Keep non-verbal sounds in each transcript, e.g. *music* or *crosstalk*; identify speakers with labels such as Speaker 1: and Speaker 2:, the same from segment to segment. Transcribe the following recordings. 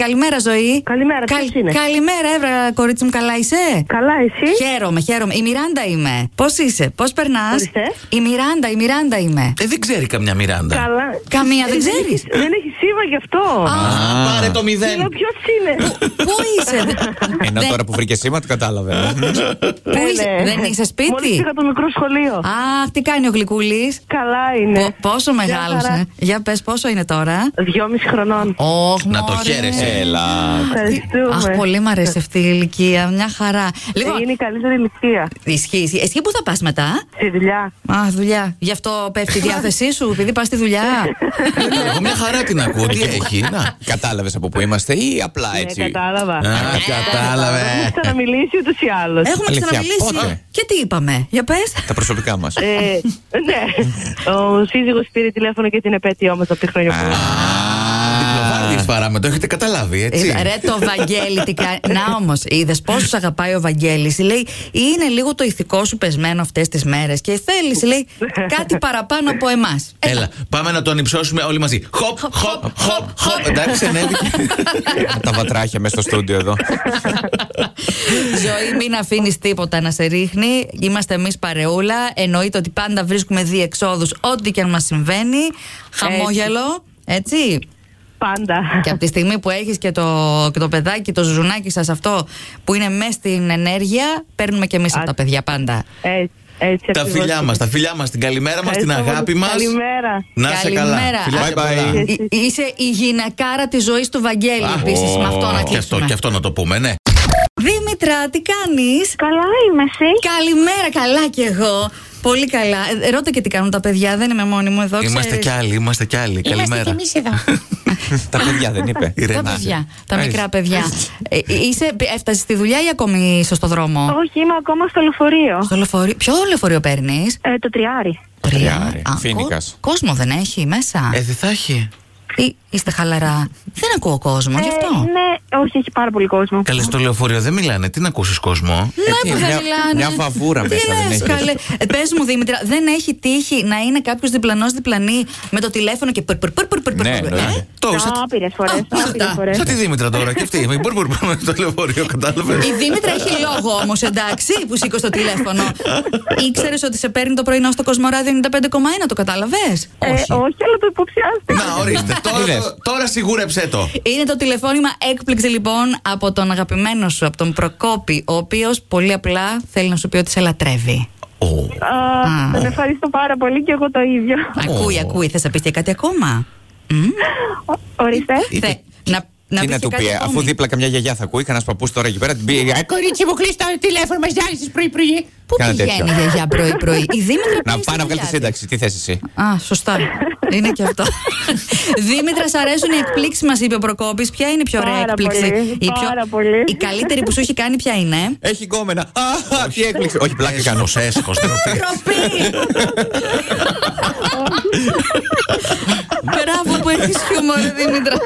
Speaker 1: Καλημέρα, ζωή.
Speaker 2: Καλημέρα, ποιος είναι? Ε.
Speaker 1: Καλημέρα, Εύρα, κορίτσι μου, καλά είσαι.
Speaker 2: Καλά, εσύ.
Speaker 1: Χαίρομαι, χαίρομαι. Η Μιράντα είμαι. Πώς είσαι, πώς περνάς.
Speaker 2: Ορίστε.
Speaker 1: Η Μιράντα, η Μιράντα είμαι.
Speaker 3: Ε, δεν ξέρει καμιά Μιράντα.
Speaker 2: Καλά.
Speaker 1: Καμία δεν ξέρεις.
Speaker 2: έχεις- Δεν έχει σήμα γι' αυτό.
Speaker 3: Α, πάρε το
Speaker 2: Λέω
Speaker 4: *laughs*
Speaker 1: ε,
Speaker 3: μηδέν.
Speaker 2: ποιος είναι. *laughs*
Speaker 1: Πού
Speaker 3: *laughs*
Speaker 1: είσαι, δε-
Speaker 4: Ενώ
Speaker 1: δεν-
Speaker 4: τώρα που βρήκε σήμα, το κατάλαβε.
Speaker 1: πού είσαι,
Speaker 2: Έλε.
Speaker 1: δεν είσαι
Speaker 2: Μόλις
Speaker 1: σπίτι.
Speaker 2: πήγα το μικρό σχολείο.
Speaker 1: Αχ, τι κάνει ο Γλυκούλης.
Speaker 2: Καλά είναι.
Speaker 1: Πόσο
Speaker 2: Μια Ναι. χαρά.
Speaker 1: μεγάλωσε. Για πες, πόσο είναι τώρα.
Speaker 2: Δυόμιση χρονών.
Speaker 1: Όχι,
Speaker 3: Να το χαίρεσαι.
Speaker 4: Έλα.
Speaker 1: Αχ,
Speaker 2: Ευχαριστούμε. Ε,
Speaker 1: πολύ μ' αρέσει αυτή η ηλικία. Μια χαρά. Λοιπόν,
Speaker 2: Είναι η καλύτερη ηλικία.
Speaker 1: ισχύει. ισχύει. Εσύ πού θα πας μετά.
Speaker 2: Στη δουλειά.
Speaker 1: Α, δουλειά. Γι' αυτό πέφτει η διάθεσή σου, επειδή πας στη δουλειά.
Speaker 2: *laughs*
Speaker 3: Εγώ μια χαρά την ακούω. Τι έχει, να.
Speaker 4: Κατάλαβες Ε, από πού είμαστε ή απλά
Speaker 2: Ναι,
Speaker 4: έτσι.
Speaker 2: κατάλαβα.
Speaker 3: Α,
Speaker 2: Έχουμε
Speaker 3: κατάλαβε.
Speaker 2: ξαναμιλήσει ούτως ή άλλως.
Speaker 1: Έχουμε
Speaker 4: Αλήθεια,
Speaker 1: ξαναμιλήσει.
Speaker 4: πότε?
Speaker 1: Και τι είπαμε, για πες.
Speaker 4: Τα προσωπικά μας.
Speaker 2: Ε, ναι. Ο σύζυγος πήρε τηλέφωνο για την επέτειό μας από τη χρόνια που.
Speaker 3: Διπλοβάρδης παράμετρο, το έχετε καταλάβει, έτσι.
Speaker 1: Ε,
Speaker 2: Ε,
Speaker 1: Ρε το Βαγγέλη, τι κάνει. Να όμως, είδες πόσου αγαπάει ο Βαγγέλης. Λέει, είναι λίγο το ηθικό σου πεσμένο αυτές τις μέρες και θέλεις, λέει, κάτι παραπάνω από εμάς.
Speaker 4: *laughs*
Speaker 3: Έλα, πάμε να τον υψώσουμε όλοι μαζί. Χοπ, χοπ, χοπ, χοπ. Εντάξει, ναι, ανέβηκε.
Speaker 2: *laughs*
Speaker 4: Με Τα βατράχια μέσα στο στούντιο εδώ.
Speaker 1: Ζωή, μην αφήνεις τίποτα να σε ρίχνει. Είμαστε εμείς παρεούλα. Εννοείται ότι πάντα βρίσκουμε διεξόδους, ό,τι και αν μας συμβαίνει. Χαμόγελο, έτσι.
Speaker 2: Πάντα.
Speaker 1: Και από τη στιγμή που έχεις και το, και το παιδάκι, το ζουζουνάκι σας αυτό που είναι μέσα στην ενέργεια, παίρνουμε και εμείς από τα παιδιά πάντα.
Speaker 2: Έτσι, Ε, έτσι
Speaker 3: Τα
Speaker 2: ακριβώς.
Speaker 3: φιλιά μας, τα φιλιά μας, την καλημέρα μας, την
Speaker 2: Ευχαριστώ
Speaker 3: αγάπη
Speaker 2: πολύ.
Speaker 3: μας.
Speaker 2: Καλημέρα.
Speaker 3: Να είσαι καλά.
Speaker 1: Καλημέρα.
Speaker 3: Φιλιά σε
Speaker 4: Bye bye.
Speaker 3: πολλά.
Speaker 1: Ε, ε, Είσαι η γυναικάρα της ζωής του Βαγγέλη,
Speaker 3: Α,
Speaker 1: επίσης. Με αυτό να
Speaker 3: Και αυτό,
Speaker 1: κλείσουμε.
Speaker 3: και αυτό να το πούμε, ναι.
Speaker 1: Δήμητρα, τι κάνεις.
Speaker 5: Καλά είμαι εσύ.
Speaker 1: Καλημέρα, καλά κι εγώ. Πολύ καλά. Ε, Ρώτα και τι κάνουν τα παιδιά, δεν είμαι μόνη μου εδώ.
Speaker 3: Είμαστε
Speaker 1: ξέρεις.
Speaker 3: κι άλλοι, είμαστε κι άλλοι. Καλημέρα. *laughs*
Speaker 4: Τα παιδιά δεν είπε.
Speaker 1: Τα
Speaker 3: Ηρεμά.
Speaker 1: παιδιά, τα
Speaker 4: Μάλιστα.
Speaker 1: μικρά παιδιά. Ε, είσαι, έφτασες στη δουλειά ή ακόμη είσαι στο δρόμο.
Speaker 5: Όχι, είμαι ακόμα στο λεωφορείο.
Speaker 1: Στο λεωφορείο- Ποιο λεωφορείο παίρνεις.
Speaker 5: Ε, το τριάρι.
Speaker 4: Τριάρι,
Speaker 1: Α,
Speaker 4: Φοίνικας.
Speaker 1: κο- Κόσμο δεν έχει μέσα.
Speaker 3: Ε, δεν θα έχει.
Speaker 1: Ή, είστε χαλαρά. δεν ακούω κόσμο,
Speaker 2: Ε,
Speaker 1: γι' αυτό.
Speaker 5: ναι, όχι, έχει πάρα πολύ κόσμο.
Speaker 3: Καλές στο λεωφορείο δεν μιλάνε. Τι να ακούσεις κόσμο.
Speaker 1: Ναι,
Speaker 4: τι,
Speaker 1: που δεν
Speaker 4: μια-
Speaker 1: μιλάνε.
Speaker 4: μια βαβούρα
Speaker 1: Τι
Speaker 4: μέσα δεν
Speaker 1: λες,
Speaker 4: έχει.
Speaker 1: καλέ. Ε, Πες μου, Δήμητρα, δεν έχει τύχει να είναι κάποιος διπλανός διπλανή με το τηλέφωνο και. πουρ, πουρ, πουρ, πουρ, πουρ, πουρ,
Speaker 4: Ναι,
Speaker 1: ε?
Speaker 4: εννοείται.
Speaker 3: Το, σαν-
Speaker 5: Άπειρε φορέ. Άπειρε φορές.
Speaker 3: Σαν τη Δήμητρα τώρα και αυτή. Μην μπορεί να το λεωφορείο, κατάλαβες.
Speaker 1: Η Δήμητρα έχει λόγο όμως, εντάξει, που σήκωσε το τηλέφωνο. Ήξερες ότι σε παίρνει το πρωινό στο Κοσμοράδιο 95,1, το κατάλαβες.
Speaker 5: Ε, όχι, αλλά το υποψιάστηκα.
Speaker 3: Να ορίστε. Τώρα,
Speaker 4: Είδες.
Speaker 3: το- τώρα σιγούρεψε το.
Speaker 1: Είναι το τηλεφώνημα έκπληξη λοιπόν από τον αγαπημένο σου, από τον Προκόπη, ο οποίος πολύ απλά θέλει να σου πει ότι σε λατρεύει.
Speaker 3: Ω.
Speaker 1: Α.
Speaker 5: Α, Τον ευχαριστώ πάρα πολύ και εγώ το ίδιο.
Speaker 1: Ακούει, ακούει. Θες να πεις και κάτι ακόμα. Μμ?
Speaker 5: Ορίστε.
Speaker 1: Θε- να, να
Speaker 4: Τι
Speaker 1: πεις
Speaker 4: να
Speaker 1: και
Speaker 4: του
Speaker 1: κάτι
Speaker 4: πει,
Speaker 1: ακόμη.
Speaker 4: αφού δίπλα καμιά γιαγιά θα ακούει, κανένας παππούς τώρα εκεί πέρα την πει. «Ε,
Speaker 6: Κορίτσι μου, κλείσει το τηλέφωνο μας, διάλυση πρωί-πρωί.
Speaker 1: Πού
Speaker 4: Κάνα
Speaker 1: πηγαίνει η
Speaker 4: τέτοιο.
Speaker 1: γιαγιά πρωί-πρωί. Η Δήμητρα
Speaker 4: Να
Speaker 1: πάει στη
Speaker 4: πάει να βγάλει
Speaker 1: δουλειά της.
Speaker 4: τη σύνταξη. Τι θες εσύ.
Speaker 1: Α, σωστά. Είναι και
Speaker 5: *laughs*
Speaker 1: αυτό. Δήμητρας, σ' αρέσουν οι εκπλήξεις μας, είπε ο Προκόπης. Ποια είναι η πιο ωραία
Speaker 5: Πάρα
Speaker 1: έκπληξη.
Speaker 5: πολύ,
Speaker 1: η, πιο...
Speaker 5: πάρα πολύ.
Speaker 1: η καλύτερη που σου έχει κάνει, ποια είναι.
Speaker 4: Έχει γκόμενα. Α, τι έκπληξη. Όχι, πλάκα κάνω.
Speaker 3: έσχο, ντροπή.
Speaker 1: Τροπή! *laughs* Μπράβο που έχεις χιούμορ, Δήμητρα.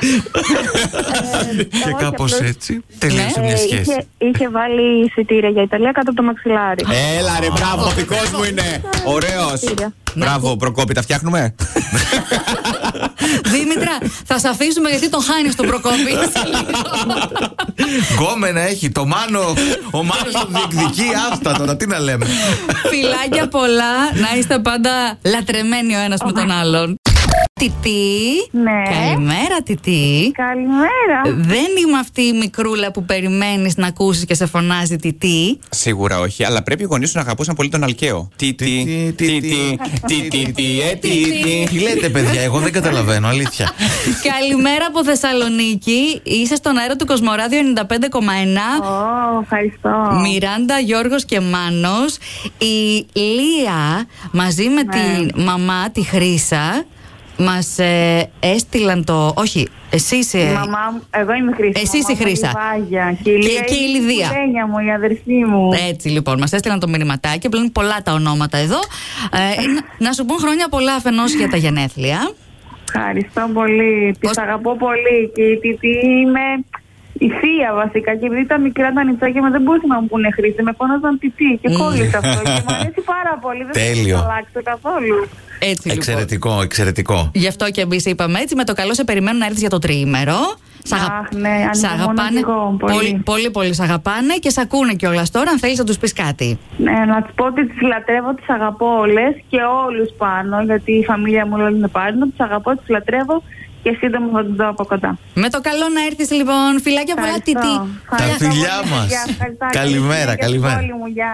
Speaker 3: Και κάπω έτσι τελείωσε
Speaker 5: Ε,
Speaker 3: μια
Speaker 5: είχε,
Speaker 3: σχέση.
Speaker 5: είχε βάλει εισιτήρια για Ιταλία κάτω από το μαξιλάρι.
Speaker 4: Έλα ρε, μπράβο, δικός μου είναι. Ωραίος.
Speaker 5: Τέλεια.
Speaker 4: Μπράβο, Προκόπη, τα φτιάχνουμε.
Speaker 1: Δήμητρα, θα σε αφήσουμε γιατί τον χάνεις τον Προκόπη.
Speaker 3: Γκόμενα έχει το μάνο. Ο μάνος τον διεκδικεί. Άστα τώρα, τι να λέμε.
Speaker 1: Φιλάκια πολλά, να είστε πάντα λατρεμένοι ο ένας με τον άλλον. Τιτί.
Speaker 5: Ναι.
Speaker 1: Καλημέρα, Τιτί.
Speaker 5: Καλημέρα.
Speaker 1: Δεν είμαι αυτή η μικρούλα που περιμένεις να ακούσεις και σε φωνάζει τι
Speaker 5: *laughs*
Speaker 1: τι.
Speaker 4: Σίγουρα όχι, αλλά πρέπει οι γονείς σου να αγαπούσαν πολύ τον Αλκαίο. Τι, τι, τι, τι, τι, τι, τι, τι, ε, τι, τι.
Speaker 3: Τι λέτε, παιδιά, εγώ δεν καταλαβαίνω, αλήθεια.
Speaker 1: Καλημέρα από Θεσσαλονίκη. Είσαι στον αέρα του Κοσμοράδιο 95,1.
Speaker 5: Ω, ευχαριστώ.
Speaker 1: Μιράντα, Γιώργος και Μάνος. Η Λία μαζί
Speaker 5: Ναι.
Speaker 1: με τη μαμά, τη Χρύσα, μας ε, έστειλαν το... Όχι, ε, εσύ είσαι...
Speaker 5: Η μαμά μου, εγώ είμαι η Χρυσή.
Speaker 1: Εσύ είσαι η Χρύσα.
Speaker 5: Και η Λία
Speaker 1: και η
Speaker 5: είναι
Speaker 1: Λιδία.
Speaker 5: γένια μου, η αδερφή μου.
Speaker 1: Έτσι λοιπόν, μας έστειλαν το μηνυματάκι. Απλά είναι πολλά τα ονόματα εδώ. Ε, να- να σου πούν χρόνια πολλά αφενός για τα γενέθλια.
Speaker 5: Ευχαριστώ πολύ. Τις
Speaker 1: Πώς-
Speaker 5: αγαπώ πολύ. Και η Τιτή είμαι η θεία βασικά. Και επειδή ήταν μικρά τα νητσάκια μας δεν μπορούσαν να μου πούνε χρήση. Με φώναζαν τιτή
Speaker 3: Ναι.
Speaker 5: και κόλλησε αυτό. Και μου αρέσει πάρα πολύ. Δεν
Speaker 4: Τέλειο.
Speaker 5: θα το αλλάξω καθόλου.
Speaker 1: Έτσι λοιπόν.
Speaker 3: Εξαιρετικό, εξαιρετικό.
Speaker 1: Γι' αυτό και εμείς είπαμε έτσι. Με το καλό σε περιμένουν να έρθεις για το τριήμερο. Σ' αγα-
Speaker 5: Αχ, ναι,
Speaker 1: σ'
Speaker 5: ανυπομονώ
Speaker 1: αγαπάνε.
Speaker 5: κι εγώ πολύ.
Speaker 1: πολύ, πολύ, πολύ σ' αγαπάνε και σ' ακούνε κιόλας τώρα. Αν θέλεις να τους πεις κάτι.
Speaker 5: Ναι, να τους πω ότι τις λατρεύω, τις αγαπώ όλες και όλους πάνω, γιατί η φαμίλια μου όλοι είναι πάνω. Τους αγαπώ, τις λατρεύω και σύντομα θα του δω από κοντά.
Speaker 1: Με το καλό να έρθεις λοιπόν. Φιλάκια πολλά,
Speaker 5: Ευχαριστώ.
Speaker 1: Τιτή.
Speaker 5: Ευχαριστώ
Speaker 3: φιλιά
Speaker 5: πολύ,
Speaker 3: μας.
Speaker 5: παιδιά. Ευχαριστώ.
Speaker 3: Καλημέρα,
Speaker 5: Καλή συνέχεια
Speaker 3: καλημέρα.
Speaker 5: σε όλη μου, γεια.